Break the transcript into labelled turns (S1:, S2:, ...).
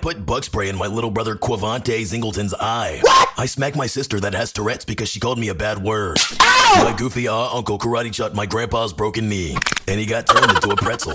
S1: put bug spray in my little brother Quavante Zingleton's eye. I smacked my sister that has Tourette's because she called me a bad word. uh, My goofy ah uncle karate shot my grandpa's broken knee, and he got turned into a pretzel.